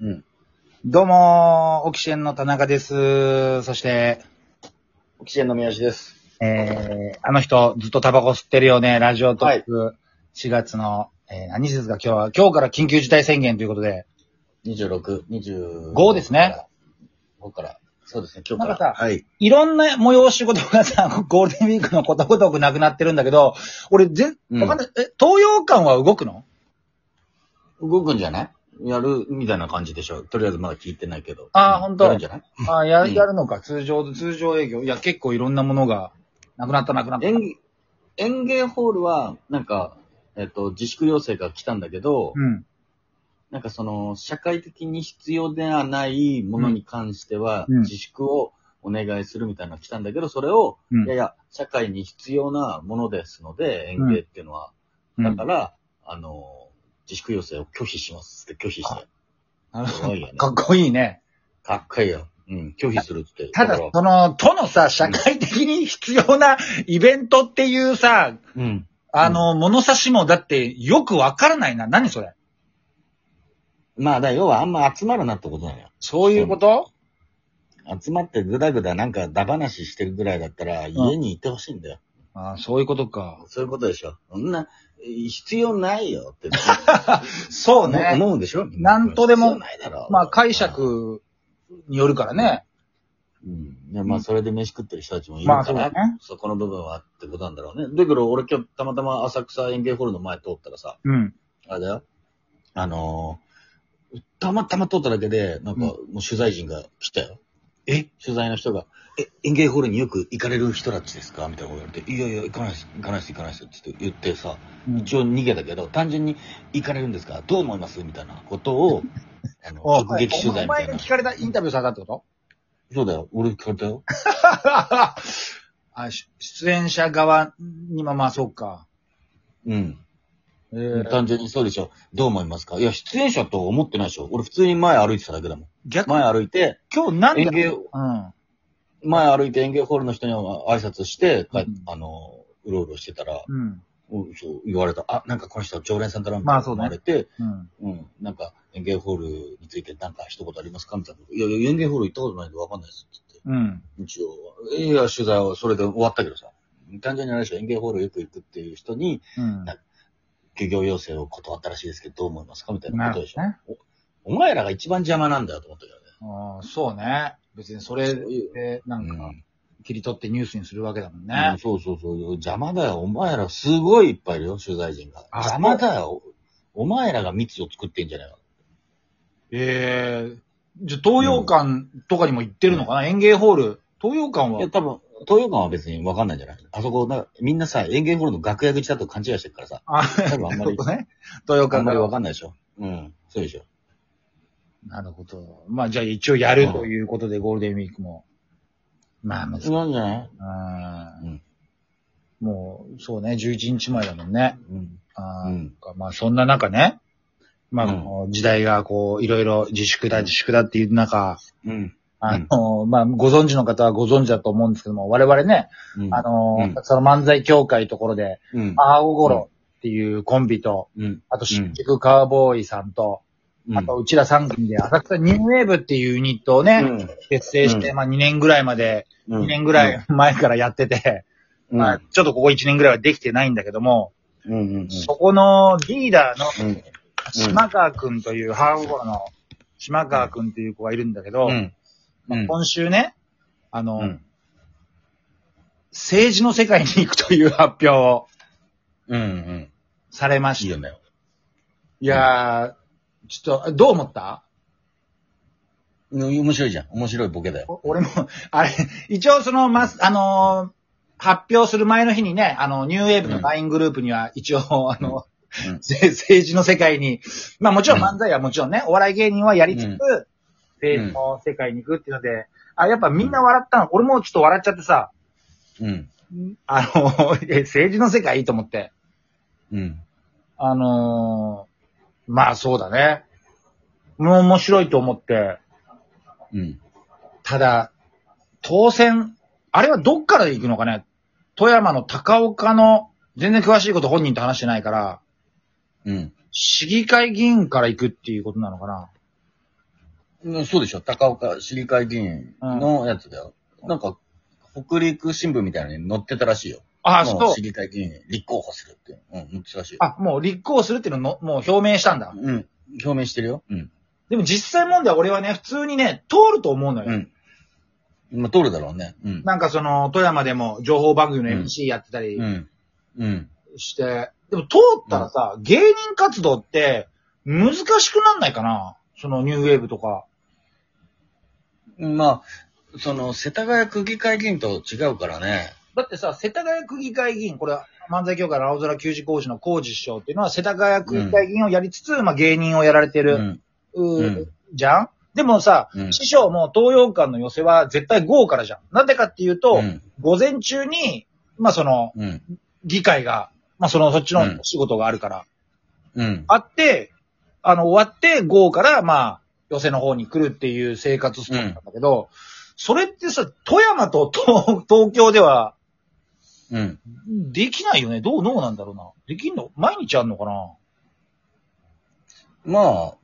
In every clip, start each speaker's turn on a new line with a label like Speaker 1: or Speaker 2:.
Speaker 1: うん。どうも、オキシエンの田中です。そして、
Speaker 2: オキシエンの宮地です。
Speaker 1: えー、あの人、ずっとタバコ吸ってるよね、ラジオトーク。4月の、えー、何日ですか、今日は。今日から緊急事態宣言ということで。
Speaker 2: 26、25。
Speaker 1: 5ですね。
Speaker 2: 5から。そうですね、今日か。
Speaker 1: なんからさ
Speaker 2: はい。
Speaker 1: いろんな催し事がさ、 ゴールデンウィークのことごとくなくなってるんだけど、俺、全、
Speaker 2: うん
Speaker 1: わかんない。え、東洋館は動くの
Speaker 2: 動くんじゃないやるみたいな感じでしょ。とりあえずまだ聞いてないけど。
Speaker 1: あー
Speaker 2: うん
Speaker 1: ほんと
Speaker 2: やるんじゃない
Speaker 1: あや、
Speaker 2: うん
Speaker 1: やるのか、通常、通常営業。いや、結構いろんなものが、なくなった、なくなった。
Speaker 2: 園芸、園芸ホールは、なんか、えっと、自粛要請が来たんだけど、
Speaker 1: うん。
Speaker 2: なんかその、社会的に必要ではないものに関しては、
Speaker 1: うん
Speaker 2: 自粛をお願いするみたいなのが来たんだけど、それを、
Speaker 1: うん
Speaker 2: いやいや、社会に必要なものですので、園芸っていうのは、
Speaker 1: う
Speaker 2: だ
Speaker 1: ん
Speaker 2: か。ら、あの、自粛要請を拒否しますって拒否して。
Speaker 1: あ
Speaker 2: すごいよね。
Speaker 1: かっこいいね。
Speaker 2: かっこいいよ。うん、拒否するって。
Speaker 1: ただ、
Speaker 2: から
Speaker 1: その、都のさ、社会的に必要なイベントっていうさ、
Speaker 2: うん。
Speaker 1: あの、物差しもだってよくわからないな。何それ
Speaker 2: まあ、だ、要はあんま集まるなってことだよ。
Speaker 1: そういうこと、
Speaker 2: 集まってぐだぐだなんかダ話してるぐらいだったら、家にいてほしいんだよ。
Speaker 1: ああそういうことか。
Speaker 2: そういうことでしょ。そんな、必要ないよって
Speaker 1: そう
Speaker 2: 思う
Speaker 1: ね。
Speaker 2: 思うでしょ
Speaker 1: なんとでも
Speaker 2: 必要ないだろ
Speaker 1: まあ、解。釈によるからね。
Speaker 2: うん。でまあ、それで飯食ってる人たちもいる
Speaker 1: まあ、
Speaker 2: か
Speaker 1: そう
Speaker 2: ら
Speaker 1: だ、ね。
Speaker 2: そこの部分はってことなんだろうね。だけど、俺今日たまたま浅草園芸ホールの前通ったらさ、
Speaker 1: うん。
Speaker 2: あれだよ。あのーたまたま通っただけで、なんか、もう取材陣が来たよ。
Speaker 1: え
Speaker 2: 取材の人が、え、園芸ホールによく行かれる人たちですかみたいなこと言われて、いやいや、行かないです、行かないです、行かないですって言ってさ、
Speaker 1: うん
Speaker 2: 一応逃げたけど、単純に行かれるんですかどう思いますみたいなこと を、あの、
Speaker 1: お
Speaker 2: 直撃取材
Speaker 1: お
Speaker 2: みた
Speaker 1: 前
Speaker 2: いな
Speaker 1: が。聞かれたインタビューされたってこと
Speaker 2: そうだよ、俺聞かれたよ。
Speaker 1: あし出演者側にまあまあ、そうか。
Speaker 2: うん。
Speaker 1: えー、
Speaker 2: 単純にそうでしょ。どう思いますかいや、出演者と思ってないでしょ。俺普通に前歩いてただけだもん。
Speaker 1: 逆に
Speaker 2: 前歩いて、
Speaker 1: 今日なんで
Speaker 2: 園芸
Speaker 1: うん。
Speaker 2: 前歩いて園芸ホールの人には挨拶して、帰っ
Speaker 1: うん
Speaker 2: あの、うろうろしてたら、
Speaker 1: うん。
Speaker 2: うんそう言われた。あ、なんかこの人常連さんだな、み
Speaker 1: ま
Speaker 2: た
Speaker 1: あ
Speaker 2: いな
Speaker 1: そうね
Speaker 2: 思われて、
Speaker 1: うん。
Speaker 2: うん、なんか園芸ホールについてなんか一言ありますかみたいなこと。いやいや、園芸ホール行ったことないんでわかんないですって言って。
Speaker 1: うん。
Speaker 2: 一応、いや、取材はそれで終わったけどさ。単純にあれでしょ、園芸ホールよく行くっていう人に、
Speaker 1: うん。
Speaker 2: 休業要請を断ったらしいですけど、どう思いますかみたいな
Speaker 1: な
Speaker 2: こ
Speaker 1: る
Speaker 2: とで
Speaker 1: ほ
Speaker 2: し
Speaker 1: ど。
Speaker 2: ょ
Speaker 1: ね。
Speaker 2: お前らが一番邪魔なんだよと思ったけどね。
Speaker 1: ああ、そうね。別にそれで、なん
Speaker 2: う
Speaker 1: か
Speaker 2: ん、
Speaker 1: 切り取ってニュースにするわけだもん
Speaker 2: う
Speaker 1: ね
Speaker 2: ん。そうそうそう。邪魔だよ。お前らすごいいっぱいいるよ、取材陣が。
Speaker 1: あ
Speaker 2: 邪魔だよ。おお前らが密を作ってんじゃないか。
Speaker 1: ええじゃあ、東洋館とかにも行ってるのかな、園芸ホール。東洋館
Speaker 2: いや、
Speaker 1: は、
Speaker 2: 多分、東洋館は別にわかんないんじゃないあそこな、みんなさ、園芸ホールの楽屋口だと勘違いしてるからさ。
Speaker 1: あ、
Speaker 2: 多分あんま
Speaker 1: そ
Speaker 2: り
Speaker 1: こ、ね。東洋
Speaker 2: あ
Speaker 1: 館
Speaker 2: んまりわ
Speaker 1: が。
Speaker 2: かんないでしょ。うん。そうでしょ。
Speaker 1: なるほど。まあ、じゃあ一応やるということで、ゴールデンウィークも。まあ、ま
Speaker 2: そうなんじゃない
Speaker 1: あ、う
Speaker 2: うんん。
Speaker 1: もう、そうね、11日前だもんね。
Speaker 2: うん。
Speaker 1: あ
Speaker 2: う
Speaker 1: ー
Speaker 2: ん。
Speaker 1: まあ、そんな中ね。まあ、
Speaker 2: うん
Speaker 1: この時代が、こう、いろいろ自粛だ、自粛だっていう中、
Speaker 2: うん。
Speaker 1: あの、まあ、ご存知の方はご存知だと思うんですけども、我々ね、
Speaker 2: うん。
Speaker 1: あの、
Speaker 2: うん
Speaker 1: その漫才協会ところで、
Speaker 2: うん。
Speaker 1: アーゴゴロっていうコンビと、
Speaker 2: うん。
Speaker 1: あと、新宿カウボーイさんと、
Speaker 2: うん
Speaker 1: あと、内田三組で、浅草ニューウェーブっていうユニットをね、
Speaker 2: うん
Speaker 1: 結成して、
Speaker 2: う
Speaker 1: まあ、2年ぐらいまで、
Speaker 2: うん
Speaker 1: 2年ぐらい前からやってて、
Speaker 2: うん。
Speaker 1: まあ、ちょっとここ1年ぐらいはできてないんだけども、
Speaker 2: うん。うん。
Speaker 1: そこのリーダーの
Speaker 2: うん。
Speaker 1: 島川くんという、ハーフゴロの島川くんっていう子がいるんだけど、
Speaker 2: うん。
Speaker 1: まあ
Speaker 2: うん
Speaker 1: 今週ね、あの、
Speaker 2: うん。
Speaker 1: 政治の世界に行くという発表を
Speaker 2: うん。うん。
Speaker 1: されま
Speaker 2: いい
Speaker 1: し
Speaker 2: よ
Speaker 1: た。
Speaker 2: ね。
Speaker 1: いやー、ちょっと、どう思った
Speaker 2: うん面白いじゃん。面白いボケだよ。
Speaker 1: お俺も、 あれ、一応その、ま、あのー発表する前の日にね、あの、ニューウェーブの LINE グループには一応、あの、
Speaker 2: う ん
Speaker 1: せ政治の世界に、まあもちろん漫才はもちろんね、お笑い芸人はやりつつ、
Speaker 2: うん
Speaker 1: 政治の世界に行くっていうので、あ、やっぱみんな笑ったの、俺もちょっと笑っちゃってさ、
Speaker 2: うん。
Speaker 1: あの、 え政治の世界と思って。
Speaker 2: うん。
Speaker 1: あのー、まあそうだね。もう面白いと思って、
Speaker 2: うん。
Speaker 1: ただ、当選、あれはどっから行くのかね富山の高岡の、全然詳しいこと本人と話してないから、
Speaker 2: うん。
Speaker 1: 市議会議員から行くっていうことなのかな
Speaker 2: うんそうでしょ高岡市議会議員のやつだよ。なんか、北陸新聞みたいなのに載ってたらしいよ。
Speaker 1: あ、
Speaker 2: も
Speaker 1: そう
Speaker 2: 市。議会議員に立候補するっていう。うん、載ってたらしいよ。
Speaker 1: あ、もう立候補するっていうのの、もう表明したんだ。
Speaker 2: うん。表明してるよ。うん。
Speaker 1: でも実際問題俺はね、普通にね、通ると思うのよ。
Speaker 2: うん。まあ、通るだろうね。うん。
Speaker 1: なんかその、富山でも情報番組の
Speaker 2: うん
Speaker 1: MC やってたり
Speaker 2: うん。うん。
Speaker 1: して、でも通ったらさ、芸人活動って難しくなんないかなそのニューウェーブとか。
Speaker 2: まあ、その、世田谷区議会議員と違うからね。
Speaker 1: だってさ、世田谷区議会議員、これ漫才協会の青空球児工事の工事師匠っていうのは世田谷区議会議員をやりつつ、まあ芸人をやられて
Speaker 2: う
Speaker 1: る、
Speaker 2: ん。
Speaker 1: うー
Speaker 2: うん
Speaker 1: じゃんでもさ、
Speaker 2: うん
Speaker 1: 師匠も東洋館の寄せは絶対豪からじゃん。なんでかっていうと、
Speaker 2: うん。
Speaker 1: 午前中に、まあその、
Speaker 2: うん。
Speaker 1: 議会が、まあその、そっち
Speaker 2: う
Speaker 1: の
Speaker 2: ん
Speaker 1: 仕事があるから、
Speaker 2: うん。
Speaker 1: あって、あの、終わって、午後から、まあ、寄せの方に来るっていう生活スタイルなんだけど、それってさ、富山と東東京では、
Speaker 2: うん。
Speaker 1: できないよね。どう、どうなんだろうな。できんの毎日あんのかな
Speaker 2: まあ、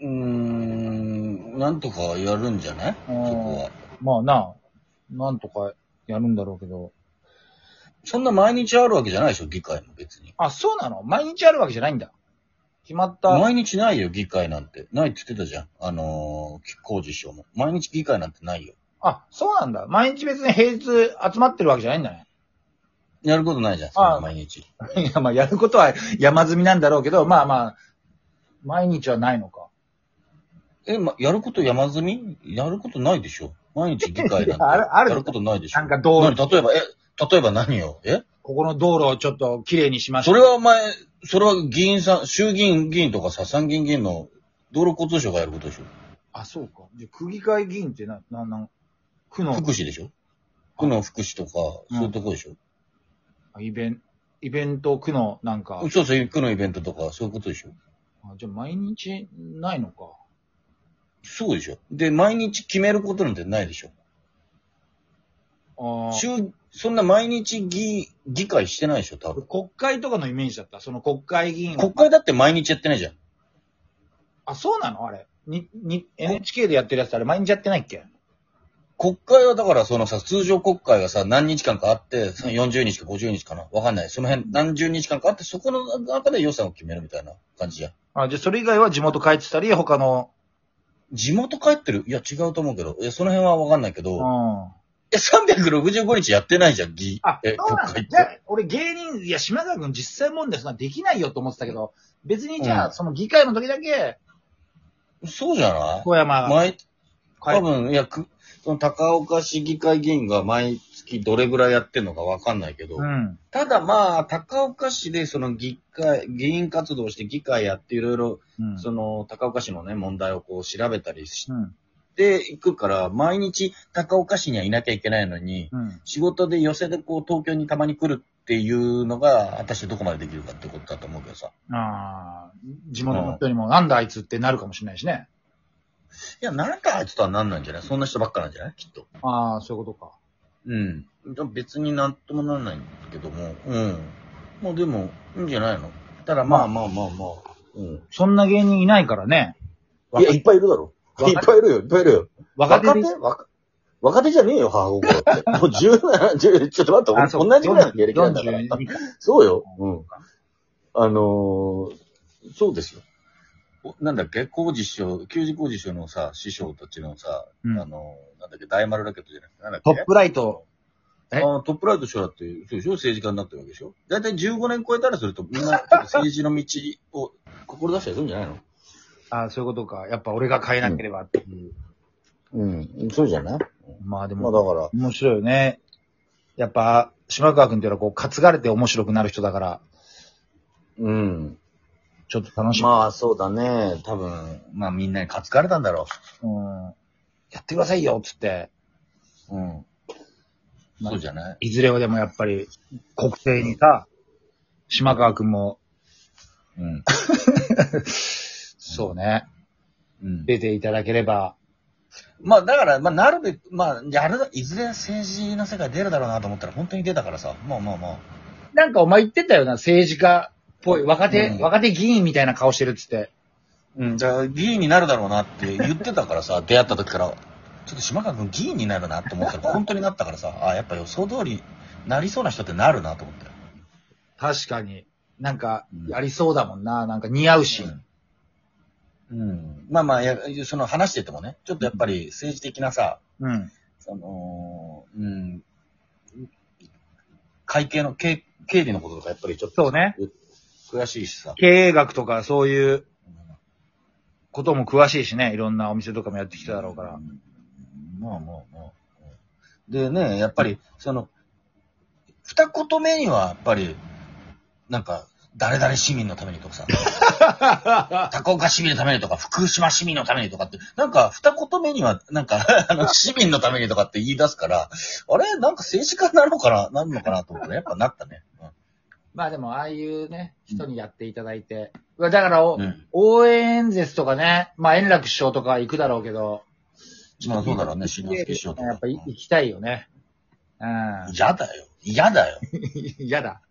Speaker 2: うーん、なんとかやるんじゃないそ
Speaker 1: うん
Speaker 2: こは。
Speaker 1: まあな、なんとかやるんだろうけど。
Speaker 2: そんな毎日あるわけじゃないでしょ、議会も別に。
Speaker 1: あ、そうなの毎日あるわけじゃないんだ。決まった。
Speaker 2: 毎日ないよ、議会なんて。ないって言ってたじゃん。あのー、工事師匠も。毎日議会なんてないよ。
Speaker 1: あ、そうなんだ。毎日別に平日集まってるわけじゃないんだね。
Speaker 2: やることないじゃん、そん
Speaker 1: あ
Speaker 2: な毎日。
Speaker 1: いや、まあ、やることは山積みなんだろうけど、まあまあ、毎日はないのか。
Speaker 2: え、ま、やること山積みやることないでしょ。毎日議会なん
Speaker 1: い
Speaker 2: て。
Speaker 1: やあるある
Speaker 2: やることないでしょ。
Speaker 1: なんかどう
Speaker 2: 何例えば、え、例えば何よえ
Speaker 1: ここの道路をちょっと綺麗にしまし
Speaker 2: そ
Speaker 1: た。
Speaker 2: れはお前、それは議員さん、衆議院議員とかさ、参議院議員の道路交通省がやることでしょ。
Speaker 1: あ、そうか。じゃあ区議会議員ってな、な、なん、区の
Speaker 2: 福祉でしょ区の福祉とか、
Speaker 1: う
Speaker 2: そ
Speaker 1: ん
Speaker 2: ういうとこでしょ、
Speaker 1: イベント、イベント区のなんか、
Speaker 2: そうそう、区のイベントとか、そういうことでしょ
Speaker 1: あじゃあ毎日ないのか。
Speaker 2: そうでしょで、毎日決めることなんてないでしょ
Speaker 1: ああ。
Speaker 2: 衆、そんな毎日議、議会してないでしょ多分。
Speaker 1: 国会とかのイメージだった。その国会議員を
Speaker 2: 国会だって毎日やってないじゃん。
Speaker 1: あ、そうなのあれ。に、に、NHK でやってるやつあれ毎日やってないっけ
Speaker 2: 国会はだからそのさ、通常国会がさ、何日間かあって、さ40日か50日かなわかんない。その辺、何十日間かあって、そこの中で予算を決めるみたいな感じじゃん。
Speaker 1: あ、じゃあそれ以外は地元帰ってたり、他の、
Speaker 2: 地元帰ってるいや、違うと思うけど。いや、その辺はわかんないけ
Speaker 1: うん。
Speaker 2: ど。
Speaker 1: あ、
Speaker 2: え、365日やってないじゃん、議。え、
Speaker 1: そう
Speaker 2: 国
Speaker 1: なん
Speaker 2: 会
Speaker 1: だ。
Speaker 2: っ
Speaker 1: じゃ
Speaker 2: て。
Speaker 1: あ、俺芸人、いや、島川君実際問題そんなできないよと思ってたけど、別にじゃあ、
Speaker 2: うん
Speaker 1: その議会の時だけ、
Speaker 2: そうじゃない
Speaker 1: 小山が
Speaker 2: 毎、
Speaker 1: 帰
Speaker 2: 多
Speaker 1: る。
Speaker 2: 分、いや、く、その高岡市議会議員が毎月どれぐらいやってんのかわかんないけど。
Speaker 1: うん。
Speaker 2: ただまあ、高岡市でその議会、議員活動して議会やっていろいろ、
Speaker 1: うん。
Speaker 2: その高岡市のね、問題をこう調べたりし
Speaker 1: うん。
Speaker 2: ていくから、毎日高岡市にはいなきゃいけないのに、
Speaker 1: うん。
Speaker 2: 仕事で寄せでこう東京にたまに来るっていうのが、果たしてどこまでできるかってことだと思うけどさ。
Speaker 1: ああ、地元の人にも、なんだあいつってなるかもしれないしね。
Speaker 2: いや、なんかあいつとはなんないんじゃないそんな人ばっかなんじゃないきっと。
Speaker 1: ああ、そういうことか。
Speaker 2: うん。別になんともなんないんだけども、うん。まあでも、いいんじゃないのただまあまあまあまあ、うん。
Speaker 1: そんな芸人いないからね。
Speaker 2: いや、いっぱいいるだろ。
Speaker 1: 若手
Speaker 2: いっぱいいるよ、いっぱいいるよ。
Speaker 1: 若手で
Speaker 2: 若若手じゃねえよ、母心って。もう17、10、ちょっと 待って、
Speaker 1: あ
Speaker 2: 俺
Speaker 1: そう
Speaker 2: 同じぐらいの芸歴なんだから。
Speaker 1: 42か
Speaker 2: そうよ。うん。あのー、そうですよ。おなんだっけ工事師匠、給仕工事師匠のさ、師匠たちのさ、
Speaker 1: うん
Speaker 2: あのー、なんだっけ大丸ラケットじゃなくて、なんだっ
Speaker 1: ト
Speaker 2: け
Speaker 1: ップライト。え
Speaker 2: あートップライト師匠だって、そうでしょ政治家になってるわけでしょだいたい15年超えたらすると、みんなちょっと政治の道を志したりするんじゃないの
Speaker 1: ああ、そういうことか。やっぱ俺が変えなければっていう。
Speaker 2: うん、そうじゃない
Speaker 1: まあで
Speaker 2: まあ
Speaker 1: も、
Speaker 2: だから、
Speaker 1: 面白いよね。やっぱ、島川くんっていうのはこう、担がれて面白くなる人だから、
Speaker 2: うん。
Speaker 1: ちょっと楽しみ。
Speaker 2: まあそうだね。多分、まあみんなに担かれたんだろ
Speaker 1: うん。やってくださいよ、つって。
Speaker 2: う。うん。そうじゃない
Speaker 1: いずれはでもやっぱり、国政にさ、島川くんも、
Speaker 2: うん。
Speaker 1: そうね、
Speaker 2: うん。
Speaker 1: 出ていただければ、
Speaker 2: まあだから、まあなるべく、まあ、やる、いずれ政治の世界出るだろうなと思ったら本当に出たからさ。まあまあまあ。
Speaker 1: なんかお前言ってたよな、政治家っぽい、若手、
Speaker 2: うん
Speaker 1: 若手議員みたいな顔してるっつって。
Speaker 2: うん、じゃあ、議員になるだろうなって言ってたからさ、 出会った時から、ちょっと島川君議員になるなって思ったら、本当になったからさ、あ、やっぱ予想通りなりそうな人ってなるなと思ったよ。
Speaker 1: 確かに。なんか
Speaker 2: う、ん
Speaker 1: やりそうだもんな。なんか似合うし。
Speaker 2: うん。うん。まあまあ、やその話しててもね、ちょっとやっぱり政治的なさ、
Speaker 1: うん。
Speaker 2: その、うん、会計の経、経理のこととかやっぱりちょっと
Speaker 1: そうね。
Speaker 2: 悔しいしさ。
Speaker 1: 経営学とかそういうことも詳しいしね。いろんなお店とかもやってきただろうから
Speaker 2: う。ん。まあまあまあ。でね、やっぱり、その、二言目にはやっぱり、なんか、誰々市民のためにとかさ、高岡市民のためにとか、福島市民のためにとかって、なんか二言目には、なんか、あの、市民のためにとかって言い出すから、あれなんか政治家になるのかななるのかなと思って、やっぱなったね。
Speaker 1: まあでも、ああいうね、人にやっていただいて。だから、
Speaker 2: うん。うん
Speaker 1: 応援演説とかね、まあ円楽師匠とか行くだろうけど。
Speaker 2: まあそうだろうね、新之助師匠とか。
Speaker 1: やっぱり行きたいよね。うん。
Speaker 2: 嫌だよ。嫌だよ。
Speaker 1: 嫌だ。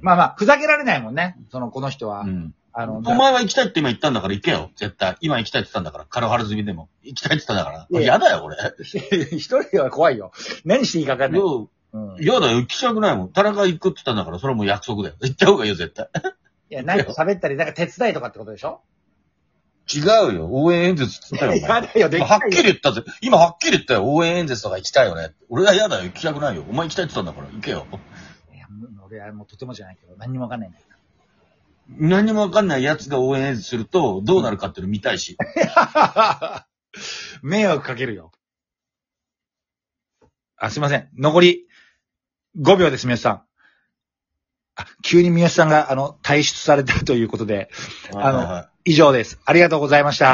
Speaker 1: まあまあ、ふざけられないもんね。その、この人は。
Speaker 2: うん。
Speaker 1: あの、
Speaker 2: お前は行きたいって今言ったんだから行けよ。絶対。今行きたいって言ったんだから。軽々済みでも。行きたいって言ったんだから。
Speaker 1: いや
Speaker 2: 嫌だよ、俺。
Speaker 1: 一人では怖いよ。何していいか分かんない。
Speaker 2: よ
Speaker 1: うん
Speaker 2: 嫌だよ。行きたくないもん。田中行くって言ったんだから、それはもう約束だよ。行った方がいいよ、絶対。
Speaker 1: いや、何か喋ったり、なんか手伝いとかってことでしょ
Speaker 2: 違うよ。応援演説って言ったよ、お
Speaker 1: や
Speaker 2: 前。
Speaker 1: だよ、で
Speaker 2: 今
Speaker 1: き
Speaker 2: はっ
Speaker 1: ない
Speaker 2: き
Speaker 1: よ。
Speaker 2: り言ったぜ。今はっきり言ったよ。応援演説とか行きたいよね。俺は嫌だよ。行きたくないよ。お前行きたいって言ったんだから。行けよ。
Speaker 1: いやもう俺はもうとてもじゃないけど、何にも分かんないんだよ。
Speaker 2: 何にもわかんない奴が応援演説すると、どうなるかっていうの見たい し。
Speaker 1: 迷惑かけるよ。あ、すいません。残り5秒です、三好さん。あ、急に三好さんが、あの、退出されたということで、あの
Speaker 2: はいはいはい
Speaker 1: 以上です。ありがとうございました。